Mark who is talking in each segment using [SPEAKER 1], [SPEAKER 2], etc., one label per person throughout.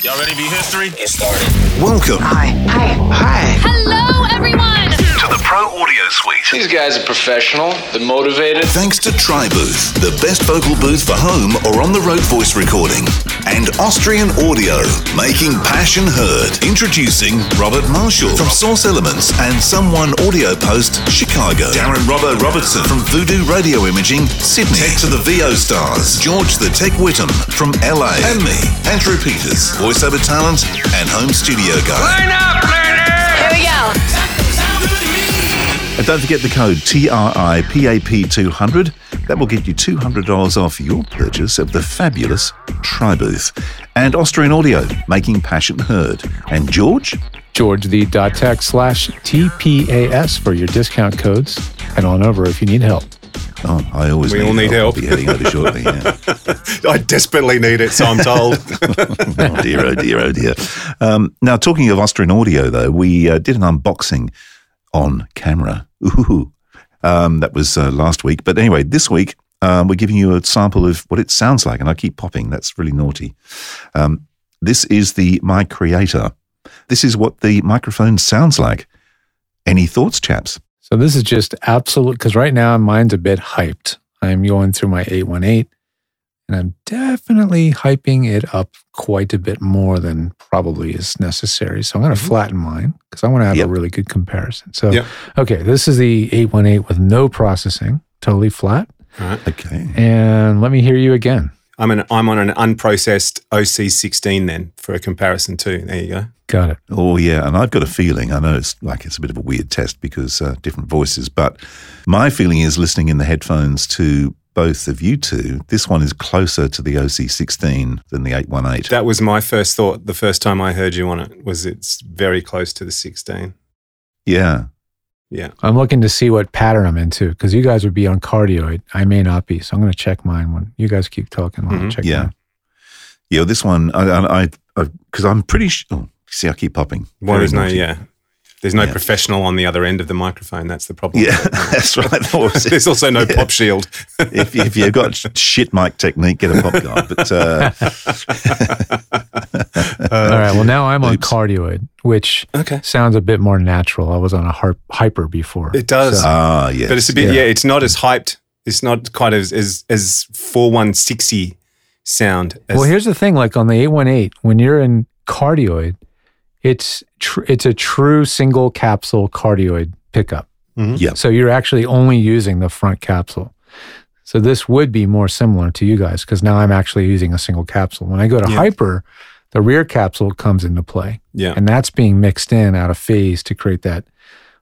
[SPEAKER 1] Y'all ready to be history?
[SPEAKER 2] Get started.
[SPEAKER 3] Welcome
[SPEAKER 4] Hi. Hi. Hi.
[SPEAKER 5] Hello, everyone.
[SPEAKER 6] to the Pro Audio Suite.
[SPEAKER 2] These guys are professional. They're motivated.
[SPEAKER 3] thanks to TriBooth, the best vocal booth for home or on the road voice recording, and Austrian Audio, making passion heard. Introducing Robert Marshall from Source Elements and Someone Audio Post, Chicago. Darren Robbo Robertson from Voodoo Radio Imaging, Sydney. Tech to the VO Stars, George the Tech Whittam from LA, and me, Andrew Peters, voiceover talent and home studio guy.
[SPEAKER 5] Here we go.
[SPEAKER 3] And don't forget the code TRIPAP200. That will get you $200 off your purchase of the fabulous Tribooth. And Austrian Audio, making passion heard. And George,
[SPEAKER 7] George the dot tech slash TPAS for your discount codes and on over if you need help.
[SPEAKER 3] oh, I always
[SPEAKER 8] We all need help.
[SPEAKER 3] I'll be heading over shortly. Yeah.
[SPEAKER 8] I desperately need it, so I'm told.
[SPEAKER 3] oh dear, oh dear, oh dear. Um, now, talking of Austrian audio, though, we uh, did an unboxing on camera. Ooh, um, that was uh, last week. But anyway, this week um, we're giving you a sample of what it sounds like, and I keep popping. That's really naughty. Um, this is the My Creator. This is what the microphone sounds like. Any thoughts, chaps?
[SPEAKER 7] So this is just absolute because right now mine's a bit hyped. I'm going through my 818 and I'm definitely hyping it up quite a bit more than probably is necessary. So I'm going to flatten mine because I want to have
[SPEAKER 3] Yep.
[SPEAKER 7] a really good comparison. So,
[SPEAKER 8] Yep.
[SPEAKER 7] okay, this is the 818 with no processing, totally flat.
[SPEAKER 3] Okay.
[SPEAKER 7] And let me hear you again.
[SPEAKER 8] I'm an I'm on an unprocessed OC16 then for a comparison too. There you go.
[SPEAKER 7] Got it.
[SPEAKER 3] Oh yeah, and I've got a feeling. I know it's like it's a bit of a weird test because uh, different voices, but my feeling is listening in the headphones to both of you two. This one is closer to the OC16 than the 818.
[SPEAKER 8] That was my first thought the first time I heard you on it was it's very close to the 16.
[SPEAKER 3] yeah,
[SPEAKER 8] Yeah.
[SPEAKER 7] I'm looking to see what pattern I'm into because you guys would be on cardioid. I may not be. So I'm going to check mine when you guys keep talking. I'll
[SPEAKER 8] Mhm.
[SPEAKER 7] check
[SPEAKER 3] yeah,
[SPEAKER 7] mine.
[SPEAKER 3] yeah. This one, I, I, because I'm pretty sure. Oh, see, I keep popping.
[SPEAKER 8] Well,
[SPEAKER 3] Very
[SPEAKER 8] there's no
[SPEAKER 3] naughty.
[SPEAKER 8] yeah. There's no
[SPEAKER 3] Yeah.
[SPEAKER 8] professional on the other end of the microphone. That's the problem.
[SPEAKER 3] Yeah, that's right. That was it.
[SPEAKER 8] there's also no pop shield.
[SPEAKER 3] if, if you've got sh- shit mic technique, get a pop guy. But uh,
[SPEAKER 7] All right. Well, now I'm on
[SPEAKER 3] oops.
[SPEAKER 7] cardioid, which
[SPEAKER 8] Okay.
[SPEAKER 7] sounds a bit more natural. I was on a harp, hyper before.
[SPEAKER 8] It does.
[SPEAKER 3] ah, yes.
[SPEAKER 8] but it's a bit
[SPEAKER 7] yeah.
[SPEAKER 8] yeah. it's not as hyped. It's not quite as as as 4160 sound as
[SPEAKER 7] well, here's the thing like on the 818, when you're in cardioid, it's tr- it's a true single capsule cardioid pickup.
[SPEAKER 3] Yeah.
[SPEAKER 7] So you're actually only using the front capsule. So this would be more similar to you guys because now I'm actually using a single capsule. When I go to
[SPEAKER 8] Yeah.
[SPEAKER 7] hyper, the rear capsule comes into play
[SPEAKER 8] yeah.
[SPEAKER 7] and that's being mixed in out of phase to create that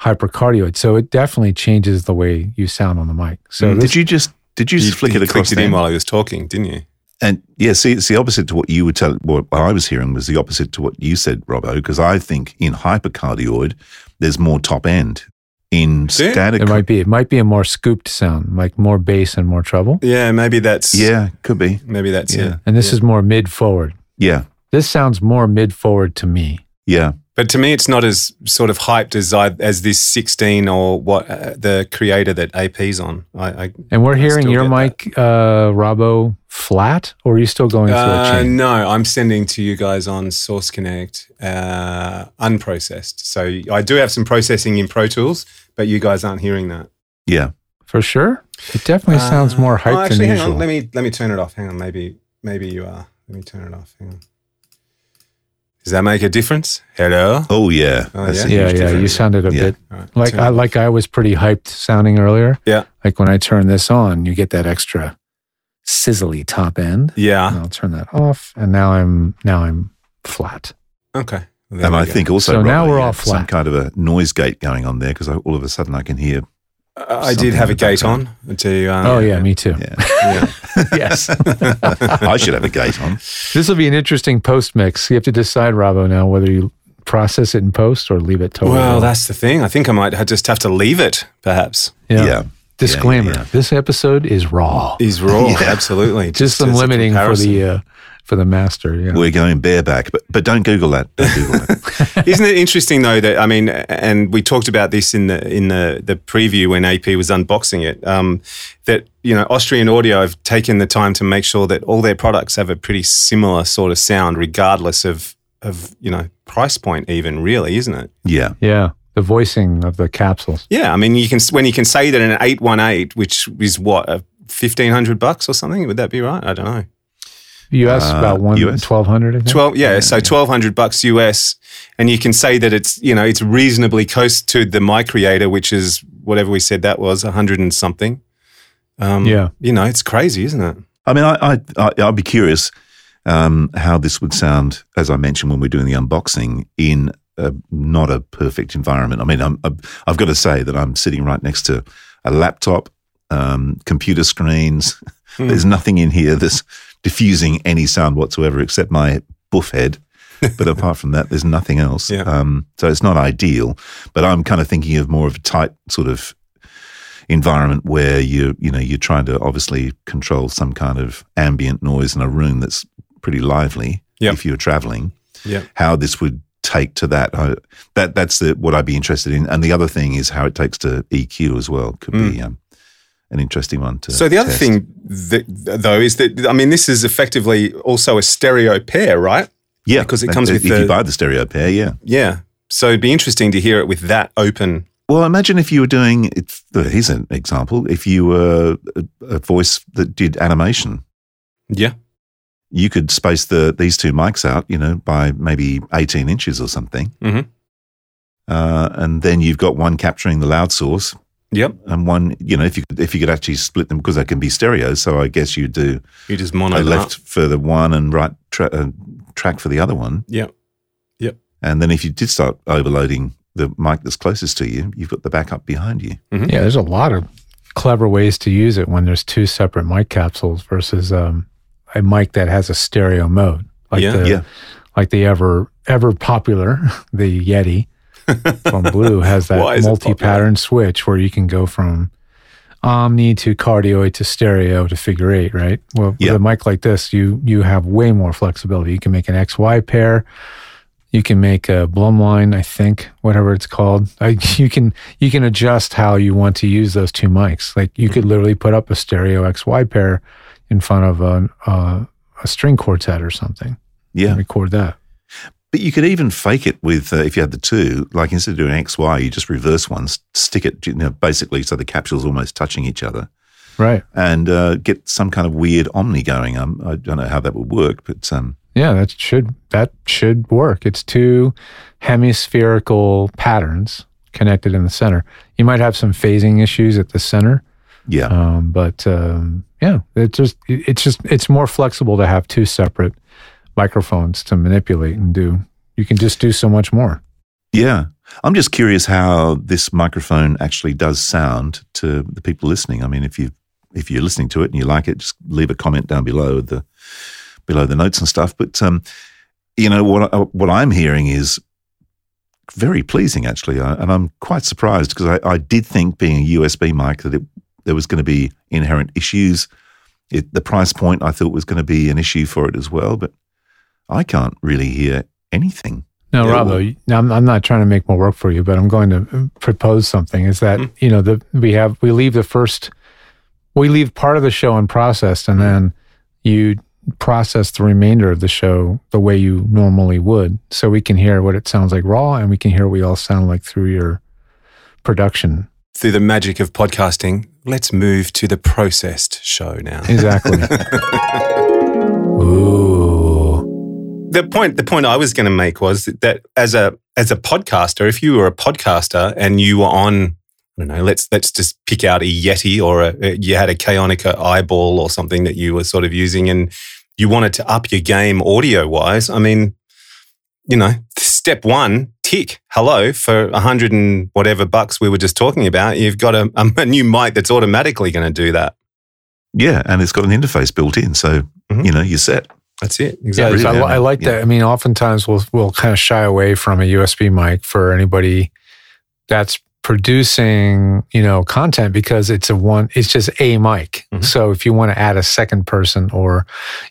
[SPEAKER 7] hypercardioid. So it definitely changes the way you sound on the mic. So this,
[SPEAKER 3] Mm, Did you just did you,
[SPEAKER 8] You,
[SPEAKER 3] just flick
[SPEAKER 8] you
[SPEAKER 3] it across?
[SPEAKER 8] clicked it in
[SPEAKER 3] then?
[SPEAKER 8] while I was talking, didn't you?
[SPEAKER 3] And yeah, see, it's the opposite to what you were telling. What I was hearing was the opposite to what you said, Robbo. Because I think in hypercardioid, there's more top end. In
[SPEAKER 8] See?
[SPEAKER 3] static,
[SPEAKER 7] it might be it might be a more scooped sound, like more bass and more treble.
[SPEAKER 8] Yeah, maybe that's
[SPEAKER 3] yeah, could be.
[SPEAKER 8] Maybe that's
[SPEAKER 3] Yeah.
[SPEAKER 8] it.
[SPEAKER 7] And this is more mid forward.
[SPEAKER 3] Yeah,
[SPEAKER 7] This sounds more mid forward to me.
[SPEAKER 3] yeah,
[SPEAKER 8] But to me, it's not as sort of hyped as I, as this 16 or what uh, the creator that AP's on. I, I
[SPEAKER 7] And we're hearing
[SPEAKER 8] still
[SPEAKER 7] your
[SPEAKER 8] get that.
[SPEAKER 7] mic, uh, Robbo, flat, or are you still going through a
[SPEAKER 8] Uh,
[SPEAKER 7] chain?
[SPEAKER 8] no, I'm sending to you guys on Source Connect, uh, unprocessed. So I do have some processing in Pro Tools, but you guys aren't hearing that.
[SPEAKER 3] yeah.
[SPEAKER 7] For sure. It definitely sounds
[SPEAKER 8] Uh,
[SPEAKER 7] more
[SPEAKER 8] oh,
[SPEAKER 7] hyped
[SPEAKER 8] actually,
[SPEAKER 7] than
[SPEAKER 8] hang
[SPEAKER 7] usual.
[SPEAKER 8] on. Let me let me turn it off. Hang on. Maybe maybe you are. Let me turn it off. Hang on. Does that make a difference? Hello.
[SPEAKER 3] Oh yeah,
[SPEAKER 8] Oh,
[SPEAKER 3] That's
[SPEAKER 8] yeah?
[SPEAKER 3] a
[SPEAKER 7] yeah,
[SPEAKER 3] huge
[SPEAKER 7] yeah. You
[SPEAKER 3] difference.
[SPEAKER 7] sounded a
[SPEAKER 3] Yeah.
[SPEAKER 7] bit
[SPEAKER 8] All right,
[SPEAKER 7] like
[SPEAKER 8] turn
[SPEAKER 7] I
[SPEAKER 8] it off.
[SPEAKER 7] like I was pretty hyped sounding earlier.
[SPEAKER 8] Yeah.
[SPEAKER 7] Like when I turn this on, you get that extra sizzly top end.
[SPEAKER 8] yeah.
[SPEAKER 7] And I'll turn that off, and now I'm now I'm flat.
[SPEAKER 8] Okay. Well, there
[SPEAKER 3] And
[SPEAKER 8] we
[SPEAKER 3] I
[SPEAKER 8] go.
[SPEAKER 3] think also
[SPEAKER 7] So now
[SPEAKER 3] Robbo,
[SPEAKER 7] we're
[SPEAKER 3] you
[SPEAKER 7] all
[SPEAKER 3] had some
[SPEAKER 7] flat.
[SPEAKER 3] kind of a noise gate going on there because all of a sudden I can hear.
[SPEAKER 8] Uh, I I
[SPEAKER 3] Something
[SPEAKER 8] did have a
[SPEAKER 3] in the
[SPEAKER 8] gate on to. Um,
[SPEAKER 7] oh yeah, me too.
[SPEAKER 3] Yeah,
[SPEAKER 8] yeah.
[SPEAKER 7] yes,
[SPEAKER 3] I should have a gate on.
[SPEAKER 7] this will be an interesting post mix. You have to decide, Robbo, now whether you process it in post or leave it totally.
[SPEAKER 8] Well,
[SPEAKER 7] raw.
[SPEAKER 8] that's the thing. I think I might ha- just have to leave it. Perhaps
[SPEAKER 3] Yeah,
[SPEAKER 7] yeah.
[SPEAKER 3] yeah.
[SPEAKER 7] Disclaimer:
[SPEAKER 3] yeah.
[SPEAKER 7] This episode is raw.
[SPEAKER 8] is raw. Absolutely.
[SPEAKER 7] Just some
[SPEAKER 8] as a
[SPEAKER 7] limiting for
[SPEAKER 8] comparison.
[SPEAKER 7] the uh, for the master. Yeah.
[SPEAKER 3] We're going bareback, but but don't Google that. Don't Google that.
[SPEAKER 8] Isn't it interesting though that I mean, and we talked about this in the in the the preview when AP was unboxing it. Um, that you know, Austrian Audio have taken the time to make sure that all their products have a pretty similar sort of sound, regardless of of you know price point, even really, isn't it?
[SPEAKER 3] Yeah.
[SPEAKER 7] Yeah. The voicing of the capsules.
[SPEAKER 8] Yeah, I mean, you can when you can say that an eight one eight, which is what a fifteen hundred bucks or something, would that be right? I don't know.
[SPEAKER 7] US
[SPEAKER 3] Uh,
[SPEAKER 7] about one
[SPEAKER 3] US?
[SPEAKER 7] twelve hundred. I think.
[SPEAKER 8] 12 yeah, so 1200 bucks US and you can say that it's you know it's reasonably close to the my creator which is whatever we said that was 100 and something um
[SPEAKER 7] Yeah.
[SPEAKER 8] you know it's crazy isn't it
[SPEAKER 3] I mean, I, I, I, I'd be curious um, how this would sound, as I mentioned when we we're doing the unboxing, in a, not a perfect environment. I mean, I'm, I'm- I've got to say that I'm sitting right next to a laptop, um, computer screens.
[SPEAKER 8] Hmm.
[SPEAKER 3] There's nothing in here that's diffusing any sound whatsoever except my buff head. but apart from that, there's nothing else.
[SPEAKER 8] Yeah.
[SPEAKER 3] Um, so it's not ideal. But I'm kind of thinking of more of a tight sort of environment where you you know you're trying to obviously control some kind of ambient noise in a room that's pretty lively
[SPEAKER 8] Yep.
[SPEAKER 3] if you're traveling
[SPEAKER 8] yeah
[SPEAKER 3] how this would take to that I, that that's the, what I'd be interested in and the other thing is how it takes to EQ as well could be um, an interesting one to
[SPEAKER 8] Hmm. so the other
[SPEAKER 3] test.
[SPEAKER 8] thing that, though is that I mean this is effectively also a stereo pair right
[SPEAKER 3] yeah
[SPEAKER 8] because it
[SPEAKER 3] that-
[SPEAKER 8] comes
[SPEAKER 3] if
[SPEAKER 8] with
[SPEAKER 3] you
[SPEAKER 8] the-
[SPEAKER 3] buy the stereo pair yeah
[SPEAKER 8] yeah so it'd be interesting to hear it with that open
[SPEAKER 3] Well, imagine if you were doing. It, here's an example. If you were a, a voice that did animation,
[SPEAKER 8] yeah
[SPEAKER 3] you could space the these two mics out, you know, by maybe 18 inches or something,
[SPEAKER 8] Mhm.
[SPEAKER 3] uh, and then you've got one capturing the loud source
[SPEAKER 8] yep
[SPEAKER 3] and one, you know, if you if you could actually split them because they can be stereo. So I guess you do
[SPEAKER 8] you just mono
[SPEAKER 3] a
[SPEAKER 8] them
[SPEAKER 3] left
[SPEAKER 8] up.
[SPEAKER 3] for the one and right tra- uh, track for the other one.
[SPEAKER 8] yep
[SPEAKER 3] And then if you did start overloading the mic that's closest to you, you've got the backup behind you.
[SPEAKER 7] Yeah, there's a lot of clever ways to use it when there's two separate mic capsules versus um, a mic that has a stereo mode, like
[SPEAKER 8] Yeah.
[SPEAKER 7] the
[SPEAKER 3] Yeah.
[SPEAKER 7] like the ever ever popular the Yeti from Blue has
[SPEAKER 8] Why
[SPEAKER 7] that
[SPEAKER 8] is it popular?
[SPEAKER 7] multi-pattern switch where you can go from omni to cardioid to stereo to figure eight, right? Well,
[SPEAKER 3] Yeah.
[SPEAKER 7] with a mic like this, you you have way more flexibility. You can make an XY pair. You can make a Blumline, I think, whatever it's called. I, you can you can adjust how you want to use those two mics. Like you could literally put up a stereo XY pair in front of an, uh, a string quartet or something
[SPEAKER 3] Yeah.
[SPEAKER 7] and record that.
[SPEAKER 3] But you could even fake it with uh, if you had the two, like instead of doing X Y, you just reverse one, s- stick it you know, basically so the capsules almost touching each other,
[SPEAKER 7] Right.
[SPEAKER 3] and uh, get some kind of weird omni going. Um, I don't know how that would work, but um,
[SPEAKER 7] Yeah, that should that should work. It's two hemispherical patterns connected in the center. You might have some phasing issues at the center,
[SPEAKER 3] yeah,
[SPEAKER 7] um, but um, yeah, it just it- it's just it's more flexible to have two separate microphones to manipulate and do. You can just do so much more.
[SPEAKER 3] yeah. I'm just curious how this microphone actually does sound to the people listening. I mean, if you if you're listening to it and you like it, just leave a comment down below with the below the notes and stuff. But um, you know what I- what I'm hearing is very pleasing actually, I- and I'm quite surprised because I, I did think being a USB mic that it, there was going to be inherent issues. It, the price point I thought was going to be an issue for it as well, but I can't really hear anything.
[SPEAKER 7] No,
[SPEAKER 8] Yeah,
[SPEAKER 7] Robbo,
[SPEAKER 8] well-
[SPEAKER 7] you- now I'm, I'm not trying to make more work for you, but I'm going to uh, propose something. Is that
[SPEAKER 8] Hmm.
[SPEAKER 7] you know the we have we leave the first we leave part of the show unprocessed,
[SPEAKER 8] Hmm.
[SPEAKER 7] and then you process the remainder of the show the way you normally would, so we can hear what it sounds like raw, and we can hear what we all sound like through your production.
[SPEAKER 8] through the magic of podcasting let's move to the processed show now
[SPEAKER 7] Exactly. Ooh.
[SPEAKER 8] the point the point I was going to make was that as a as a podcaster, if you were a podcaster and you were on, I don't know, let's let's just pick out a Yeti or a, a- you had a Kaonica eyeball or something that you were sort of using, and you wanted to up your game audio wise. I mean, you know, step one, tick, hello for a hundred and whatever bucks we were just talking about. You've got a, a new mic that's automatically going to do that.
[SPEAKER 3] Yeah, and it's got an interface built in, so
[SPEAKER 8] Mhm.
[SPEAKER 3] you know you're set.
[SPEAKER 8] That's it.
[SPEAKER 7] Yeah,
[SPEAKER 8] Exactly.
[SPEAKER 3] really
[SPEAKER 7] so I,
[SPEAKER 3] good.
[SPEAKER 7] li- I like
[SPEAKER 3] Yeah.
[SPEAKER 7] that. I mean, oftentimes we'll we'll kind of shy away from a USB mic for anybody that's producing, you know, content because it's a one. It's just a mic.
[SPEAKER 8] Mhm.
[SPEAKER 7] So if you want to add a second person or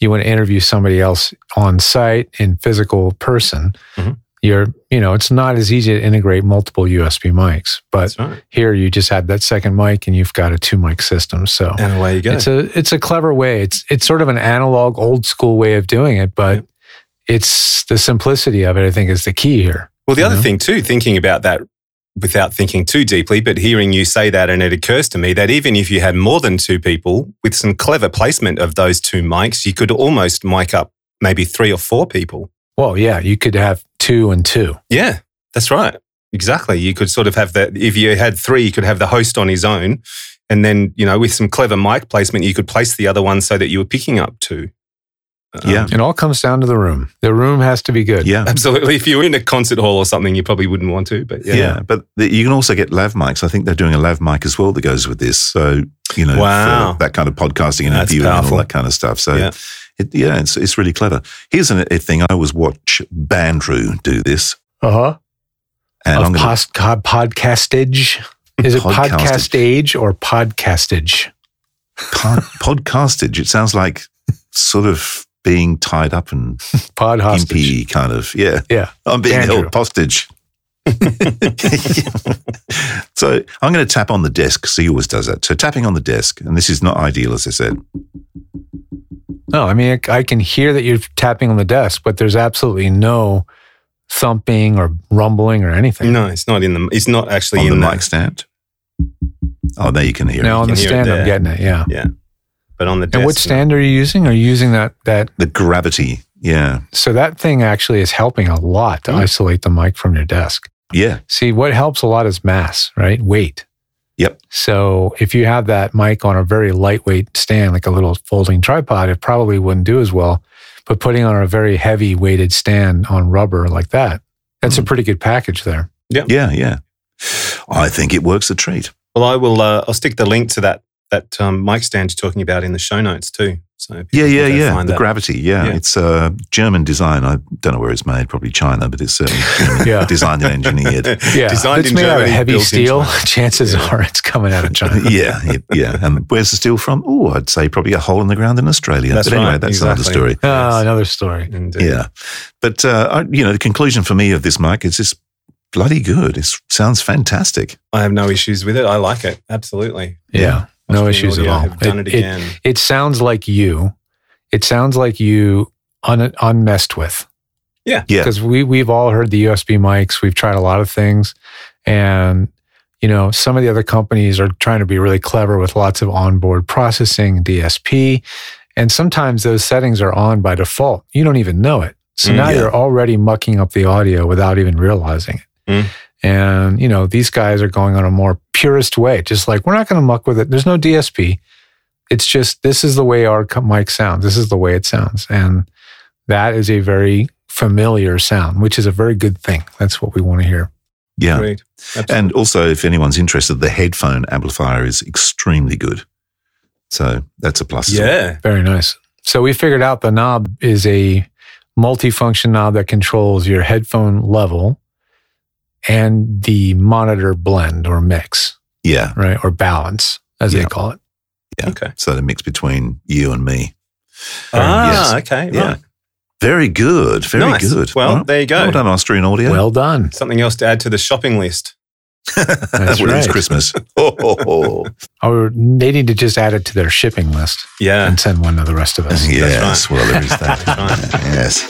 [SPEAKER 7] you want to interview somebody else on site in physical person,
[SPEAKER 8] Mhm.
[SPEAKER 7] you're, you know, it's not as easy to integrate multiple USB mics, but
[SPEAKER 8] That's right.
[SPEAKER 7] here you just have that second mic and you've got a two mic system. So
[SPEAKER 8] And away you go.
[SPEAKER 7] it's a it's a clever way. It's it's sort of an analog, old school way of doing it, but it's the simplicity of it. I think is the key here.
[SPEAKER 8] Well, the
[SPEAKER 7] you
[SPEAKER 8] other
[SPEAKER 7] know?
[SPEAKER 8] thing too, thinking about that without thinking too deeply, but hearing you say that, and it occurs to me that even if you had more than two people with some clever placement of those two mics, you could almost mic up maybe three or four people.
[SPEAKER 7] Well, yeah, you could have two and two.
[SPEAKER 8] Yeah, that's right. Exactly. You could sort of have that. If you had three, you could have the host on his own. And then, you know, with some clever mic placement, you could place the other one so that you were picking up two. Um,
[SPEAKER 3] Yeah.
[SPEAKER 7] It all comes down to the room. The room has to be good.
[SPEAKER 3] Yeah.
[SPEAKER 8] Absolutely. If you were in a concert hall or something, you probably wouldn't want to. But
[SPEAKER 3] Yeah, but the, you can also get lav mics. I think they're doing a lav mic as well that goes with this. So you know,
[SPEAKER 8] Wow.
[SPEAKER 3] for that kind of podcasting and
[SPEAKER 8] That's
[SPEAKER 3] interviewing and
[SPEAKER 8] powerful.
[SPEAKER 3] all that kind of stuff. So
[SPEAKER 8] Yeah.
[SPEAKER 3] yeah, it, yeah it's it's really clever. Here's an, a thing I always watch Bandrew do this,
[SPEAKER 7] Uh huh.
[SPEAKER 3] and
[SPEAKER 7] Of
[SPEAKER 3] I'm gonna,
[SPEAKER 7] post- co- podcastage. Is it
[SPEAKER 3] Podcastage.
[SPEAKER 7] podcast age or podcastage?
[SPEAKER 3] pod, podcastage. It sounds like sort of being tied up and
[SPEAKER 7] Pod hostage.
[SPEAKER 3] impy kind of yeah.
[SPEAKER 7] Yeah.
[SPEAKER 3] I'm being
[SPEAKER 7] Andrew.
[SPEAKER 3] held hostage. so I'm going to tap on the desk. So he always does that. So tapping on the desk, and this is not ideal, as I said.
[SPEAKER 7] No, I mean, I, I can hear that you're tapping on the desk, but there's absolutely no thumping or rumbling or anything.
[SPEAKER 8] No, it's not in the. It's not actually
[SPEAKER 3] on
[SPEAKER 8] in
[SPEAKER 3] the
[SPEAKER 8] the,
[SPEAKER 3] mic stand. Oh, there you can hear
[SPEAKER 7] now
[SPEAKER 3] it.
[SPEAKER 7] on
[SPEAKER 8] can
[SPEAKER 7] the
[SPEAKER 8] hear it
[SPEAKER 7] stand,
[SPEAKER 8] there.
[SPEAKER 7] I'm getting it. Yeah.
[SPEAKER 8] but on the. Desk,
[SPEAKER 7] And what stand are you using? Are you using that that
[SPEAKER 3] The gravity. Yeah.
[SPEAKER 7] so that thing actually is helping a lot
[SPEAKER 8] Mm-hmm.
[SPEAKER 7] to isolate the mic from your desk.
[SPEAKER 3] Yeah.
[SPEAKER 7] See, what helps a lot is mass, right? Weight.
[SPEAKER 3] Yep.
[SPEAKER 7] So if you have that mic on a very lightweight stand, like a little folding tripod, it probably wouldn't do as well. But putting on a very heavy weighted stand on rubber like that, that's
[SPEAKER 8] Mm.
[SPEAKER 7] a pretty good package there.
[SPEAKER 3] Yeah. Yeah. I think it works a treat.
[SPEAKER 8] Well, I will. Uh, I'll stick the link to that that um, mic stand you're talking about in the show notes too. So people
[SPEAKER 3] Yeah,
[SPEAKER 8] can
[SPEAKER 3] yeah,
[SPEAKER 8] go
[SPEAKER 3] yeah.
[SPEAKER 8] find
[SPEAKER 3] The
[SPEAKER 8] that.
[SPEAKER 3] gravity. Yeah.
[SPEAKER 8] Yeah.
[SPEAKER 3] It's a uh, German design. I don't know where it's made, probably China, but it's certainly German
[SPEAKER 7] Yeah.
[SPEAKER 3] designed and engineered.
[SPEAKER 7] Yeah.
[SPEAKER 8] designed
[SPEAKER 7] it's
[SPEAKER 8] in
[SPEAKER 7] made
[SPEAKER 8] Germany,
[SPEAKER 7] out of heavy
[SPEAKER 8] built in
[SPEAKER 7] steel.
[SPEAKER 8] China.
[SPEAKER 7] Chances are it's coming out of China.
[SPEAKER 3] yeah, it- yeah. And where's the steel from? Oh, I'd say probably a hole in the ground in Australia.
[SPEAKER 8] That's
[SPEAKER 3] but anyway,
[SPEAKER 8] right,
[SPEAKER 3] that's another
[SPEAKER 8] exactly.
[SPEAKER 3] story.
[SPEAKER 7] Ah, another story.
[SPEAKER 8] And, uh,
[SPEAKER 3] Yeah. But, uh, I, you know, the conclusion for me of this, Mike, is it's bloody good. It sounds fantastic.
[SPEAKER 8] I have no issues with it. I like it absolutely.
[SPEAKER 7] Yeah. No
[SPEAKER 8] Australian
[SPEAKER 7] issues at
[SPEAKER 8] Audio
[SPEAKER 7] all.
[SPEAKER 8] have done it, again.
[SPEAKER 7] it sounds like you. It sounds like you un, unmessed with.
[SPEAKER 8] Yeah.
[SPEAKER 3] Yeah.
[SPEAKER 7] Because we we've all heard the USB mics. We've tried a lot of things, and you know some of the other companies are trying to be really clever with lots of onboard processing DSP, and sometimes those settings are on by default. You don't even know it. So
[SPEAKER 8] Mm,
[SPEAKER 7] now
[SPEAKER 3] yeah.
[SPEAKER 7] you're already mucking up the audio without even realizing it.
[SPEAKER 3] Mm.
[SPEAKER 7] And, you know, these guys are going on a more purist way, just like, we're not going to muck with it. There's no DSP. It's just, this is the way our co- mic sounds. This is the way it sounds. And that is a very familiar sound, which is a very good thing. That's what we want to hear.
[SPEAKER 3] Yeah.
[SPEAKER 8] Agreed. Absolutely.
[SPEAKER 3] And also, if anyone's interested, the headphone amplifier is extremely good. So that's a plus. as well.
[SPEAKER 8] yeah,
[SPEAKER 7] Very nice. So we figured out the knob is a multifunction knob that controls your headphone level and the monitor blend or mix,
[SPEAKER 3] Yeah.
[SPEAKER 7] right? Or balance, as they
[SPEAKER 3] Yeah.
[SPEAKER 7] call it.
[SPEAKER 8] okay.
[SPEAKER 3] So the mix between you and me.
[SPEAKER 8] Ah, okay.
[SPEAKER 3] Yeah.
[SPEAKER 8] Right.
[SPEAKER 3] Very good. Very
[SPEAKER 8] Nice.
[SPEAKER 3] good.
[SPEAKER 8] Well,
[SPEAKER 3] All right.
[SPEAKER 8] there you go.
[SPEAKER 3] Well done, Austrian Audio.
[SPEAKER 7] Well done.
[SPEAKER 8] Something else to add to the shopping list.
[SPEAKER 7] That's
[SPEAKER 3] Well,
[SPEAKER 7] right.
[SPEAKER 3] it's Christmas. Oh, ho, ho.
[SPEAKER 7] Or Oh, they need to just add it to their shipping list
[SPEAKER 8] Yeah.
[SPEAKER 7] and send one to the rest of us.
[SPEAKER 3] yes. Well, there is that.
[SPEAKER 8] Right.
[SPEAKER 3] yes.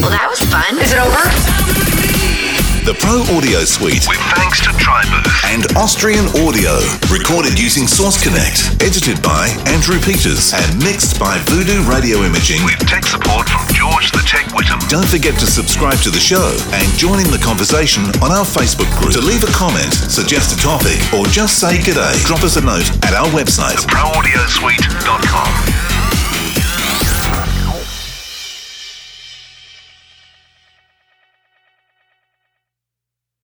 [SPEAKER 5] Well, that was fun. Is it over?
[SPEAKER 9] The Pro Audio Suite
[SPEAKER 10] With thanks to Tribooth.
[SPEAKER 9] and Austrian Audio, recorded using Source Connect, edited by Andrew Peters and mixed by Voodoo Radio Imaging.
[SPEAKER 10] With tech support from George the Tech Whittam.
[SPEAKER 9] Don't forget to subscribe to the show and join in the conversation on our Facebook group. To leave a comment, suggest a topic, or just say g'day, drop us a note at our website.
[SPEAKER 10] ProAudioSuite.com.